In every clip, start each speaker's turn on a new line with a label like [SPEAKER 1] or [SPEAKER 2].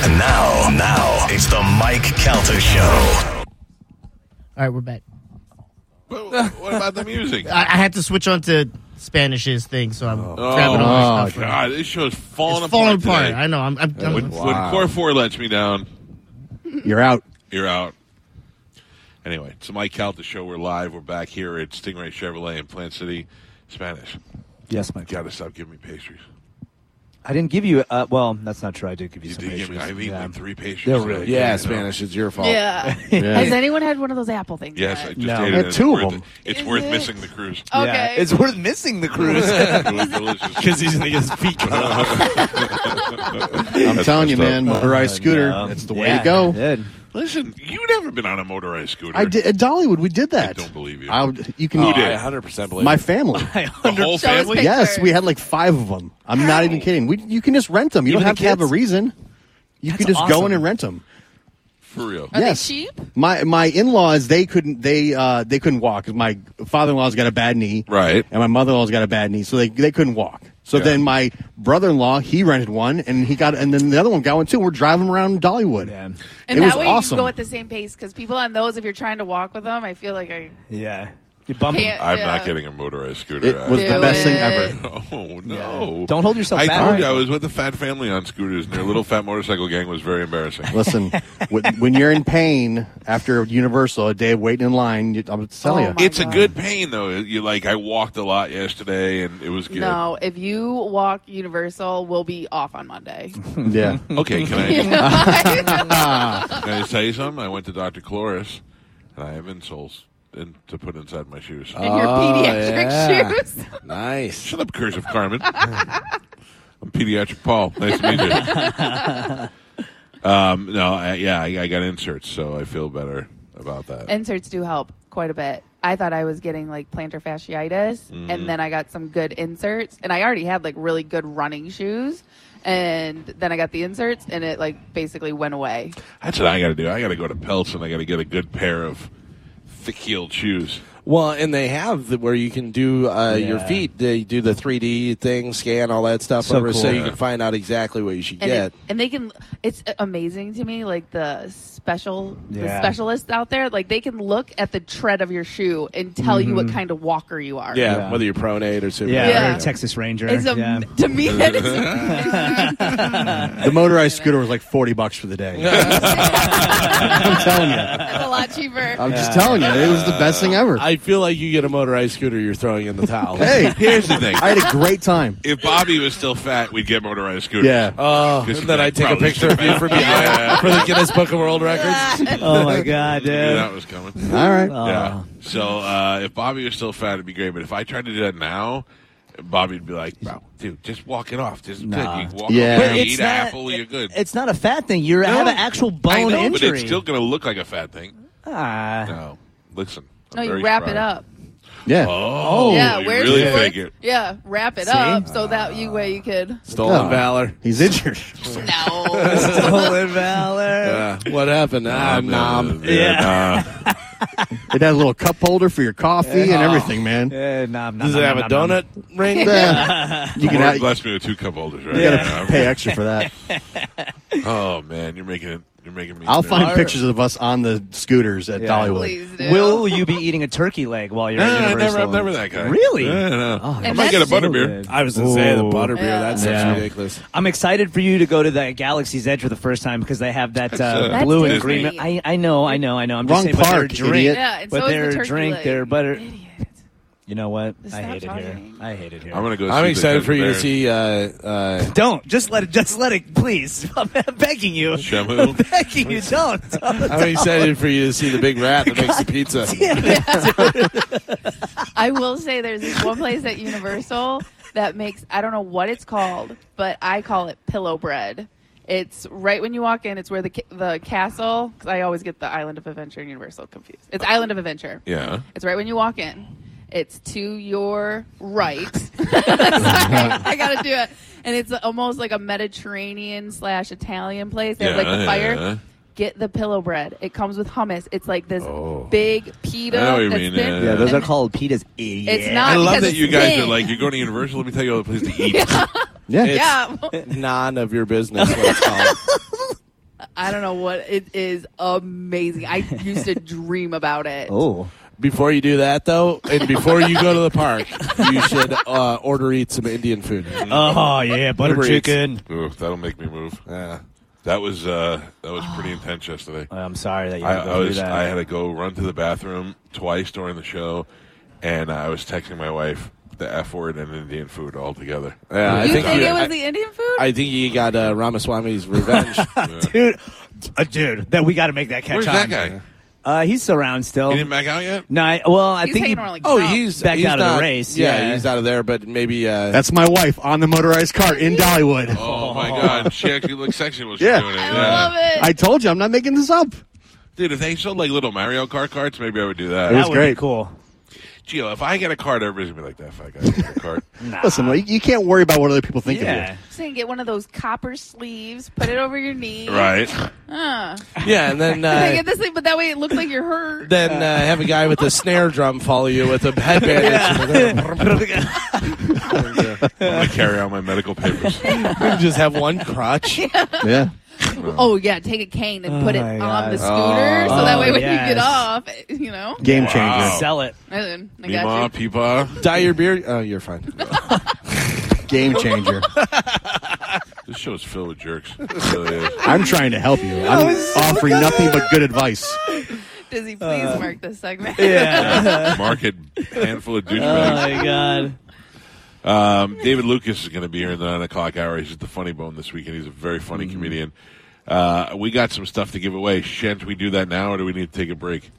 [SPEAKER 1] And now, now, it's the Mike Calter Show.
[SPEAKER 2] All right, we're back.
[SPEAKER 3] Well, what about the music?
[SPEAKER 2] I, I had to switch on to Spanish's thing, so I'm grabbing all my
[SPEAKER 3] oh,
[SPEAKER 2] stuff. from-
[SPEAKER 3] God, this show's falling
[SPEAKER 2] It's falling
[SPEAKER 3] apart.
[SPEAKER 2] apart.
[SPEAKER 3] today.
[SPEAKER 2] I know. I'm. I'm, I'm
[SPEAKER 3] When,
[SPEAKER 4] Wow.
[SPEAKER 3] when Core 4 lets me down,
[SPEAKER 4] You're out.
[SPEAKER 3] you're out. Anyway, it's the Mike Calta Show. We're live. We're back here at Stingray Chevrolet in Plant City, Spanish.
[SPEAKER 4] Yes, Mike.
[SPEAKER 3] Gotta stop giving me pastries.
[SPEAKER 4] I didn't give you. Uh, well, that's not true. I did give you
[SPEAKER 3] You
[SPEAKER 4] some.
[SPEAKER 3] did give me,
[SPEAKER 4] pastries.
[SPEAKER 3] I've eaten
[SPEAKER 4] Yeah.
[SPEAKER 3] like three pastries.
[SPEAKER 4] They're really
[SPEAKER 3] today,
[SPEAKER 5] Yeah,
[SPEAKER 3] you know.
[SPEAKER 5] Spanish. It's your fault.
[SPEAKER 6] Yeah. Has anyone had one of those apple things?
[SPEAKER 3] Yes, I
[SPEAKER 6] yet?
[SPEAKER 3] just
[SPEAKER 4] No.
[SPEAKER 3] ate it.
[SPEAKER 4] Had
[SPEAKER 3] It's
[SPEAKER 4] two of
[SPEAKER 3] worth it.
[SPEAKER 4] them.
[SPEAKER 3] It's
[SPEAKER 6] Is
[SPEAKER 3] worth
[SPEAKER 6] it? Oh.
[SPEAKER 3] missing the cruise.
[SPEAKER 6] Okay.
[SPEAKER 4] Yeah, it's worth missing the cruise.
[SPEAKER 3] It was delicious.
[SPEAKER 4] he's gonna get his feet cut off.
[SPEAKER 5] I'm
[SPEAKER 3] That's
[SPEAKER 5] telling you,
[SPEAKER 3] messed
[SPEAKER 5] man,
[SPEAKER 3] up.
[SPEAKER 5] motorized scooter. That's the way
[SPEAKER 4] yeah,
[SPEAKER 5] to go.
[SPEAKER 4] I did.
[SPEAKER 3] Listen, you've never been on a motorized scooter.
[SPEAKER 5] I did at Dollywood. We did that.
[SPEAKER 3] I don't believe you.
[SPEAKER 5] I, you can.
[SPEAKER 4] Oh,
[SPEAKER 3] Who
[SPEAKER 5] you
[SPEAKER 3] did?
[SPEAKER 5] did?
[SPEAKER 3] I
[SPEAKER 5] 100% believe my family.
[SPEAKER 3] the whole
[SPEAKER 6] Show us
[SPEAKER 3] family.
[SPEAKER 5] yes, we had like five of them. I'm not even kidding. We, you can just rent them. You
[SPEAKER 4] Even
[SPEAKER 5] don't have
[SPEAKER 4] the
[SPEAKER 5] to have a
[SPEAKER 4] kids?
[SPEAKER 5] reason. You can just go in
[SPEAKER 4] awesome.
[SPEAKER 5] and rent them.
[SPEAKER 3] For real.
[SPEAKER 6] Are they
[SPEAKER 5] yes.
[SPEAKER 6] cheap?
[SPEAKER 5] My my in laws they couldn't they uh they couldn't walk. 'cause My father in law's got a bad knee,
[SPEAKER 3] Right.
[SPEAKER 5] And my mother in law's got a bad knee, so they they couldn't walk. So
[SPEAKER 3] Yeah.
[SPEAKER 5] then my brother in law he rented one, and he got and then the other one got one too. We're driving around Dollywood.
[SPEAKER 4] Yeah.
[SPEAKER 6] And
[SPEAKER 5] it
[SPEAKER 6] that
[SPEAKER 5] was
[SPEAKER 6] way
[SPEAKER 5] awesome.
[SPEAKER 6] you can go at the same pace because people on those, if you're trying to walk with them, I feel like I
[SPEAKER 4] Yeah. You bump.
[SPEAKER 6] can't.
[SPEAKER 3] I'm
[SPEAKER 6] yeah.
[SPEAKER 3] not getting a motorized scooter.
[SPEAKER 5] It
[SPEAKER 3] I-
[SPEAKER 5] was the
[SPEAKER 6] Do
[SPEAKER 5] best thing
[SPEAKER 6] it.
[SPEAKER 5] ever.
[SPEAKER 3] Oh no!
[SPEAKER 4] Don't hold yourself
[SPEAKER 3] I
[SPEAKER 4] back.
[SPEAKER 3] told you I was with the fat family on scooters, and their little fat motorcycle gang was very embarrassing.
[SPEAKER 5] Listen, when, when you're in pain after Universal, a day of waiting in line, you, I'm telling
[SPEAKER 6] Oh,
[SPEAKER 5] you,
[SPEAKER 6] my
[SPEAKER 3] It's a
[SPEAKER 6] God.
[SPEAKER 3] good pain though. You like I walked a lot yesterday, and it was good.
[SPEAKER 6] No, if you walk Universal, we'll be off on Monday.
[SPEAKER 5] yeah.
[SPEAKER 3] Okay, can I,
[SPEAKER 6] You know?
[SPEAKER 3] can I tell you something? I went to Doctor Chloris, and I have insoles in, to put inside my shoes.
[SPEAKER 4] Oh,
[SPEAKER 6] in your pediatric shoes.
[SPEAKER 5] Nice.
[SPEAKER 3] Shut up, cursive Carmen. I'm pediatric Paul. Nice to meet you. um, no, I, yeah, I, I got inserts, so I feel better about that.
[SPEAKER 6] Inserts do help quite a bit. I thought I was getting like plantar fasciitis, and then I got some good inserts, and I already had like really good running shoes, and then I got the inserts, and it like basically went away.
[SPEAKER 3] That's what I got to do. I got to go to Peltz and I got to get a good pair of thick heeled shoes.
[SPEAKER 7] Well, and they have the, where you can do uh, your
[SPEAKER 4] Yeah.
[SPEAKER 7] feet. They do the 3D thing, scan all that stuff
[SPEAKER 4] So
[SPEAKER 7] over, so
[SPEAKER 4] cool.
[SPEAKER 7] you can find out exactly what you should
[SPEAKER 6] and,
[SPEAKER 7] get.
[SPEAKER 6] it- and they can it's amazing to me like the special the
[SPEAKER 4] Yeah.
[SPEAKER 6] specialists out there like they can look at the tread of your shoe and tell you what kind of walker you are
[SPEAKER 7] yeah,
[SPEAKER 4] Yeah.
[SPEAKER 7] whether you're pronate or super.
[SPEAKER 4] Yeah.
[SPEAKER 6] Yeah.
[SPEAKER 4] or a Texas Ranger.
[SPEAKER 6] it's a,
[SPEAKER 4] yeah.
[SPEAKER 6] to me that is amazing.
[SPEAKER 5] The motorized scooter was like forty bucks for the day. I'm telling you.
[SPEAKER 6] it's a lot cheaper
[SPEAKER 5] I'm just telling you, it was the best thing ever.
[SPEAKER 7] I feel like you get a motorized scooter, you're throwing in the towel.
[SPEAKER 5] hey,
[SPEAKER 3] Here's the thing.
[SPEAKER 5] I had a great time.
[SPEAKER 3] If Bobby was still fat, we'd get motorized scooters.
[SPEAKER 5] Yeah.
[SPEAKER 7] Oh, and
[SPEAKER 3] This
[SPEAKER 7] then
[SPEAKER 3] guy
[SPEAKER 7] I take a
[SPEAKER 3] probably
[SPEAKER 7] picture of you
[SPEAKER 3] should
[SPEAKER 7] for
[SPEAKER 3] be-
[SPEAKER 7] behind
[SPEAKER 3] Yeah.
[SPEAKER 7] for the Guinness Book of World Records.
[SPEAKER 4] oh my god, dude.
[SPEAKER 3] I knew that was coming.
[SPEAKER 5] All right.
[SPEAKER 3] Yeah. So uh, if Bobby was still fat, it'd be great. But if I tried to do that now, Bobby'd be like, "Bro, dude, just walk it off. Just
[SPEAKER 4] Nah.
[SPEAKER 3] good. You walk
[SPEAKER 5] Yeah.
[SPEAKER 3] over
[SPEAKER 5] But
[SPEAKER 3] there, you
[SPEAKER 4] it's
[SPEAKER 3] eat an
[SPEAKER 4] not-
[SPEAKER 3] apple, you're good."
[SPEAKER 4] It's not a fat thing. You have an actual bone
[SPEAKER 3] I know,
[SPEAKER 4] injury.
[SPEAKER 3] but it's still going to look like a fat thing.
[SPEAKER 4] Ah.
[SPEAKER 3] No, listen. I'm
[SPEAKER 6] no you
[SPEAKER 3] very
[SPEAKER 6] wrap
[SPEAKER 3] proud.
[SPEAKER 6] it up
[SPEAKER 5] Yeah.
[SPEAKER 3] Oh,
[SPEAKER 6] yeah
[SPEAKER 3] you
[SPEAKER 6] where's
[SPEAKER 3] really
[SPEAKER 6] your
[SPEAKER 3] fake it.
[SPEAKER 6] yeah wrap it
[SPEAKER 4] See?
[SPEAKER 6] up so that you way you could
[SPEAKER 7] Stolen
[SPEAKER 5] Oh.
[SPEAKER 7] valor.
[SPEAKER 5] He's injured.
[SPEAKER 6] no
[SPEAKER 4] Stolen valor.
[SPEAKER 7] Yeah. what happened? Ah, nom.
[SPEAKER 4] Yeah.
[SPEAKER 3] nah.
[SPEAKER 5] It had a little cup holder for your coffee and everything, man.
[SPEAKER 4] Eh, nom, nom,
[SPEAKER 7] Does it
[SPEAKER 4] nom,
[SPEAKER 7] have a
[SPEAKER 4] nom, nom.
[SPEAKER 7] donut ring?
[SPEAKER 5] Yeah. You can
[SPEAKER 3] Lord
[SPEAKER 5] have, you
[SPEAKER 3] bless me with two cup holders, right?
[SPEAKER 5] gotta
[SPEAKER 3] Yeah.
[SPEAKER 5] pay extra for that.
[SPEAKER 3] Oh man, you're making it. You're making me.
[SPEAKER 5] I'll find
[SPEAKER 3] nervous.
[SPEAKER 5] pictures of us on the scooters at
[SPEAKER 4] Yeah.
[SPEAKER 5] Dollywood.
[SPEAKER 6] please do
[SPEAKER 4] Will you be eating a turkey leg while you're
[SPEAKER 3] Nah,
[SPEAKER 4] at
[SPEAKER 3] nah, Eh,
[SPEAKER 4] Universal?
[SPEAKER 3] never, I'm never that guy.
[SPEAKER 4] Really?
[SPEAKER 3] Yeah, no.
[SPEAKER 4] Oh,
[SPEAKER 3] I
[SPEAKER 6] And
[SPEAKER 3] might get a
[SPEAKER 6] that's-
[SPEAKER 3] butterbeer.
[SPEAKER 4] Dude.
[SPEAKER 7] I was going to say the
[SPEAKER 4] Ooh.
[SPEAKER 7] butterbeer.
[SPEAKER 6] Yeah.
[SPEAKER 7] That's
[SPEAKER 4] Yeah.
[SPEAKER 7] ridiculous.
[SPEAKER 4] I'm excited for you to go to the Galaxy's Edge for the first time because they have that
[SPEAKER 3] uh,
[SPEAKER 4] uh,
[SPEAKER 3] That's
[SPEAKER 4] blue
[SPEAKER 6] Disney.
[SPEAKER 4] agreement. I, I know, I know, I know. I'm
[SPEAKER 5] Wrong
[SPEAKER 4] just saying, but their
[SPEAKER 5] park,
[SPEAKER 4] drink,
[SPEAKER 5] idiot.
[SPEAKER 6] yeah and
[SPEAKER 4] but
[SPEAKER 6] so
[SPEAKER 4] their
[SPEAKER 6] is the turkey
[SPEAKER 4] drink,
[SPEAKER 6] leg.
[SPEAKER 4] their butter.
[SPEAKER 6] Idiot.
[SPEAKER 4] You know what?
[SPEAKER 6] Stop
[SPEAKER 4] I hate it here.
[SPEAKER 6] talking.
[SPEAKER 4] I hate it here.
[SPEAKER 3] I'm gonna go. see
[SPEAKER 7] I'm
[SPEAKER 3] the
[SPEAKER 7] excited for you to
[SPEAKER 3] Cousin Bear.
[SPEAKER 7] see. Uh, uh,
[SPEAKER 4] Don't just let it. Just let it, please. I'm begging you.
[SPEAKER 3] Shamu?
[SPEAKER 4] I'm begging you. Don't. don't.
[SPEAKER 7] I'm excited for you to see the big rat that makes the pizza.
[SPEAKER 6] I will say there's this one place at Universal that makes I don't know what it's called, but I call it pillow bread. It's right when you walk in. It's where the ca- the castle. Cause I always get the Island of Adventure and Universal confused. It's Island of Adventure.
[SPEAKER 3] Yeah.
[SPEAKER 6] It's right when you walk in. It's to your right. Sorry, I gotta do it. And it's almost like a Mediterranean slash Italian place. They have like
[SPEAKER 3] Yeah,
[SPEAKER 6] a fire.
[SPEAKER 3] yeah.
[SPEAKER 6] Get the pillow bread. It comes with hummus. It's like this
[SPEAKER 3] Oh.
[SPEAKER 6] big pita.
[SPEAKER 3] I know what you
[SPEAKER 6] that's
[SPEAKER 3] mean,
[SPEAKER 6] thin.
[SPEAKER 3] Yeah,
[SPEAKER 4] Yeah, those
[SPEAKER 6] And
[SPEAKER 4] are called pitas. Idiot.
[SPEAKER 6] It's not.
[SPEAKER 3] I love
[SPEAKER 6] because
[SPEAKER 3] that
[SPEAKER 6] it's
[SPEAKER 3] you guys
[SPEAKER 6] thin.
[SPEAKER 3] are like, you're going to Universal. Let me tell you all the place to eat.
[SPEAKER 5] Yeah.
[SPEAKER 7] It's
[SPEAKER 6] Yeah,
[SPEAKER 7] none of your business. What it's called.
[SPEAKER 6] I don't know what it is. Amazing. I used to dream about it.
[SPEAKER 4] Oh.
[SPEAKER 7] Before you do that, though, and before you go to the park, you should uh, order eat some Indian food.
[SPEAKER 4] Oh yeah, butter
[SPEAKER 7] Uber Eats.
[SPEAKER 4] chicken.
[SPEAKER 3] Ooh, that'll make me move.
[SPEAKER 7] Yeah.
[SPEAKER 3] That was uh, that was pretty intense yesterday.
[SPEAKER 4] Oh, I'm sorry that you
[SPEAKER 3] I,
[SPEAKER 4] had to
[SPEAKER 3] I
[SPEAKER 4] go do
[SPEAKER 3] was
[SPEAKER 4] that.
[SPEAKER 3] I had to go run to the bathroom twice during the show, and I was texting my wife the f word and Indian food all together.
[SPEAKER 7] Yeah, I
[SPEAKER 6] you
[SPEAKER 7] think
[SPEAKER 6] think,
[SPEAKER 7] you-
[SPEAKER 6] it was
[SPEAKER 7] I-
[SPEAKER 6] the Indian food?
[SPEAKER 7] I think you got uh, Ramaswamy's revenge.
[SPEAKER 4] dude, uh, dude, that we got to make that catch
[SPEAKER 3] Where's
[SPEAKER 4] on.
[SPEAKER 3] that guy?
[SPEAKER 4] Uh, he's around still.
[SPEAKER 3] He didn't back out yet.
[SPEAKER 4] No, I, well, I
[SPEAKER 6] He's
[SPEAKER 4] think he,
[SPEAKER 6] hanging around like
[SPEAKER 7] oh,
[SPEAKER 6] crap.
[SPEAKER 7] he's
[SPEAKER 4] Back
[SPEAKER 7] he's
[SPEAKER 4] out of the
[SPEAKER 7] not,
[SPEAKER 4] race, yeah.
[SPEAKER 7] he's out of there, but maybe. Uh,
[SPEAKER 5] That's my wife on the motorized cart in Dollywood.
[SPEAKER 3] Oh my god, she actually looked sexy while she
[SPEAKER 5] Yeah.
[SPEAKER 3] was doing it.
[SPEAKER 6] I
[SPEAKER 3] Yeah.
[SPEAKER 6] love it.
[SPEAKER 5] I told you, I'm not making this up.
[SPEAKER 3] Dude, if they sold like little Mario Kart carts, maybe I would do that.
[SPEAKER 5] It
[SPEAKER 4] that
[SPEAKER 5] was
[SPEAKER 4] would
[SPEAKER 5] great.
[SPEAKER 4] Be cool.
[SPEAKER 3] Gio, if I get a cart, everybody's gonna be like that. Fuck, I get a cart.
[SPEAKER 5] Listen, you, you can't worry about what other people think
[SPEAKER 4] Yeah.
[SPEAKER 5] of
[SPEAKER 6] saying get one of those copper sleeves, put it over your knee.
[SPEAKER 3] right?
[SPEAKER 6] Huh.
[SPEAKER 7] yeah, and then
[SPEAKER 6] I
[SPEAKER 7] uh,
[SPEAKER 6] get this thing, but that way it looks like you're hurt.
[SPEAKER 7] then uh, have a guy with a snare drum follow you with a headband.
[SPEAKER 3] I'm gonna carry all my medical papers.
[SPEAKER 7] and just have one crutch.
[SPEAKER 5] you. Yeah.
[SPEAKER 6] oh yeah, take a cane and put it
[SPEAKER 4] Oh, my
[SPEAKER 6] on
[SPEAKER 4] God.
[SPEAKER 6] the scooter, so that way when you
[SPEAKER 4] yes.
[SPEAKER 6] get off, it- you know.
[SPEAKER 5] Game
[SPEAKER 3] Wow.
[SPEAKER 5] changer.
[SPEAKER 4] Sell it.
[SPEAKER 6] I, didn't- I
[SPEAKER 3] Meemaw,
[SPEAKER 6] got you.
[SPEAKER 3] peepaw.
[SPEAKER 7] Dye your beard. Oh, you're fine.
[SPEAKER 5] Game changer.
[SPEAKER 3] This show's filled with jerks. It really is.
[SPEAKER 5] I'm trying to help you. I'm offering nothing but good advice.
[SPEAKER 6] Dizzy, please mark this segment.
[SPEAKER 4] Yeah.
[SPEAKER 3] Market handful of
[SPEAKER 4] oh
[SPEAKER 3] douchebags.
[SPEAKER 4] my god.
[SPEAKER 3] Um, David Lucas is going to be here in the nine o'clock hour. He's at the Funny Bone this weekend. He's a very funny
[SPEAKER 4] Hmm.
[SPEAKER 3] comedian. Uh, we got some stuff to give away. Shant, we do that now, or do we need to take a break?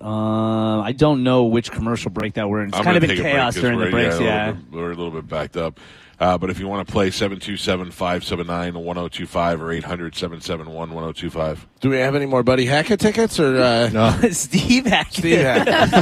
[SPEAKER 4] Um, I don't know which commercial break that we're in. It's kind of
[SPEAKER 3] gonna take
[SPEAKER 4] in
[SPEAKER 3] a break
[SPEAKER 4] chaos
[SPEAKER 3] 'cause
[SPEAKER 4] during the
[SPEAKER 3] we're-
[SPEAKER 4] breaks.
[SPEAKER 3] a
[SPEAKER 4] Yeah.
[SPEAKER 3] little bit- we're a little bit backed up. Uh, but if you want to play 727 579 1025 or 800 771 1025.
[SPEAKER 7] Do we have any more Buddy Hackett tickets or uh, no?
[SPEAKER 4] Steve Hackett.
[SPEAKER 7] Steve Hackett.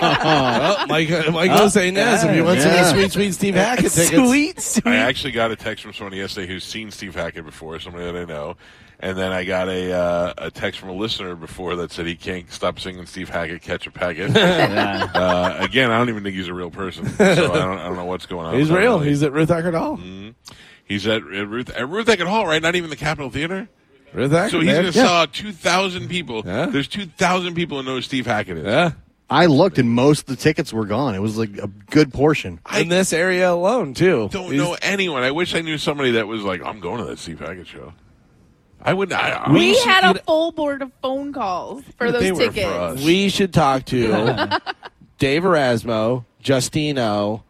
[SPEAKER 7] oh, Mike, Mike oh, Inez, if you want
[SPEAKER 5] yeah.
[SPEAKER 7] some sweet, sweet Steve Hackett tickets.
[SPEAKER 4] Sweet,
[SPEAKER 3] I
[SPEAKER 4] sweet.
[SPEAKER 3] actually got a text from somebody yesterday who's seen Steve Hackett before, somebody that I know. And then I got a uh, a text from a listener before that said he can't stop singing Steve Hackett, catch a packet.
[SPEAKER 4] Yeah.
[SPEAKER 3] Uh, again, I don't even think he's a real person, so I don't, I don't know what's going on. with
[SPEAKER 7] He's
[SPEAKER 3] him,
[SPEAKER 7] real.
[SPEAKER 3] really.
[SPEAKER 7] He's at Ruth Eckerd Hall.
[SPEAKER 3] Mm. he's at, at Ruth at Ruth Eckerd Hall, right? Not even the Capitol Theater.
[SPEAKER 7] Ruth Eckerd.
[SPEAKER 3] So he's
[SPEAKER 7] man.
[SPEAKER 3] going to saw two thousand people.
[SPEAKER 7] Yeah.
[SPEAKER 3] There's two thousand people who know who Steve Hackett is.
[SPEAKER 7] Yeah.
[SPEAKER 5] I looked and most of the tickets were gone. It was like a good portion.
[SPEAKER 7] yeah. In this area alone, too.
[SPEAKER 3] Don't
[SPEAKER 7] He's-
[SPEAKER 3] know anyone. I wish I knew somebody that was like, I'm going to that Steve Hackett show. I would not. I-
[SPEAKER 6] We
[SPEAKER 3] I-
[SPEAKER 6] had a full board of phone calls for
[SPEAKER 3] They
[SPEAKER 6] those
[SPEAKER 3] were for
[SPEAKER 6] tickets.
[SPEAKER 3] us.
[SPEAKER 7] We should talk to Dave Erasmo, Justino,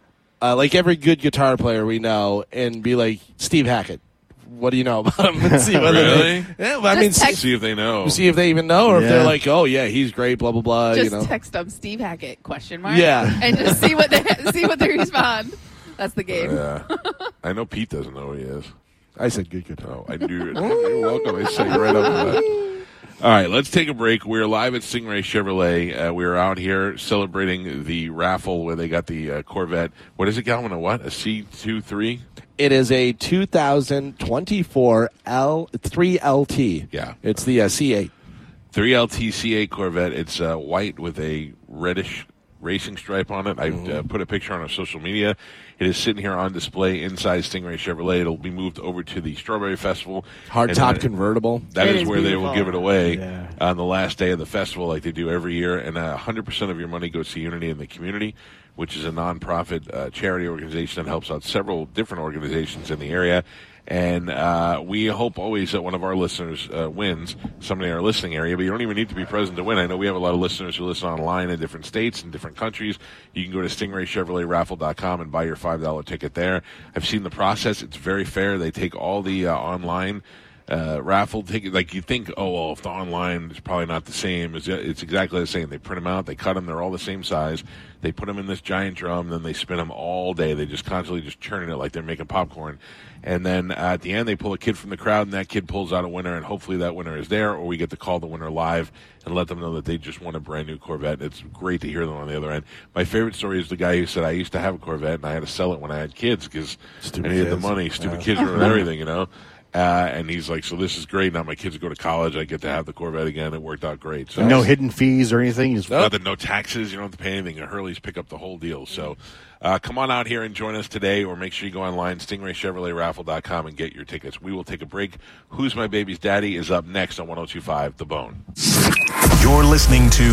[SPEAKER 7] uh, like every good guitar player we know, and be like, Steve Hackett, what do you know about him? And see whether
[SPEAKER 3] Really?
[SPEAKER 7] They, yeah, well, I mean,
[SPEAKER 6] Just text-
[SPEAKER 3] see if they know.
[SPEAKER 7] see, see if they even know or if
[SPEAKER 5] Yeah.
[SPEAKER 7] they're like, oh, yeah, he's great, blah, blah, blah,
[SPEAKER 6] just
[SPEAKER 7] Uh, you know.
[SPEAKER 6] text them Steve Hackett question mark.
[SPEAKER 7] Yeah.
[SPEAKER 6] and just see what they see what they respond. That's the game.
[SPEAKER 3] Yeah. I know Pete doesn't know who he is.
[SPEAKER 7] I said good guitar.
[SPEAKER 3] Oh, I do. You're welcome. I sang right up with that. All right, let's take a break. We're live at Stingray Chevrolet. Uh, we're out here celebrating the raffle where they got the uh, Corvette. What is it, Galvin? A what? A C23?
[SPEAKER 7] It is a 2024 L 3LT.
[SPEAKER 3] Yeah.
[SPEAKER 7] It's the uh, C8.
[SPEAKER 3] 3LTCA Corvette. It's uh, white with a reddish racing stripe on it. I
[SPEAKER 7] Mm-hmm.
[SPEAKER 3] uh, put a picture on our social media. It is sitting here on display inside Stingray Chevrolet. It'll be moved over to the Strawberry Festival.
[SPEAKER 7] Hard
[SPEAKER 3] And
[SPEAKER 7] top
[SPEAKER 3] then-
[SPEAKER 7] convertible.
[SPEAKER 3] That
[SPEAKER 6] It
[SPEAKER 3] is,
[SPEAKER 6] is
[SPEAKER 3] where they will
[SPEAKER 6] beautiful.
[SPEAKER 3] give it away
[SPEAKER 4] Yeah.
[SPEAKER 3] on the last day of the festival, like they do every year. And uh, 100% of your money goes to Unity in the Community, which is a nonprofit uh, charity organization that helps out several different organizations in the area. And uh, we hope always that one of our listeners uh, wins, somebody in our listening area, but you don't even need to be present to win. I know we have a lot of listeners who listen online in different states and different countries. You can go to stingraychevroletraffle.com and buy your $5 ticket there. I've seen the process, it's very fair. They take all the uh, online uh, raffle ticket. Like you think, oh well, if the online is probably not the same, it's, it's exactly the same. They print them out, they cut them, they're all the same size. They put them in this giant drum, then they spin them all day. They just constantly just churning it like they're making popcorn. And then uh, at the end, they pull a kid from the crowd, and that kid pulls out a winner, and hopefully that winner is there, or we get to call the winner live and let them know that they just won a brand new Corvette. It's great to hear them on the other end. My favorite story is the guy who said, "I used to have a Corvette, and I had to sell it when I had kids because I
[SPEAKER 7] Stupid
[SPEAKER 3] needed the
[SPEAKER 7] kids.
[SPEAKER 3] money. Stupid kids ruin everything, you know." Uh, and he's like, "So this is great. Now my kids go to college. I get to have the Corvette again. It worked out great." So
[SPEAKER 5] No hidden fees or anything. You Just,
[SPEAKER 3] Nothing, no taxes. You don't have to pay anything. The Hurleys pick up the whole deal. So uh, come on out here and join us today, or make sure you go online, stingraychevroletraffle.com, and get your tickets. We will take a break. Who's My Baby's Daddy is up next on 1025 The Bone.
[SPEAKER 1] You're listening to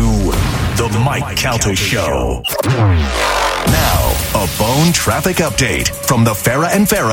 [SPEAKER 1] The Mike Calter Show. Now, a bone traffic update from the Farrah and Farrah.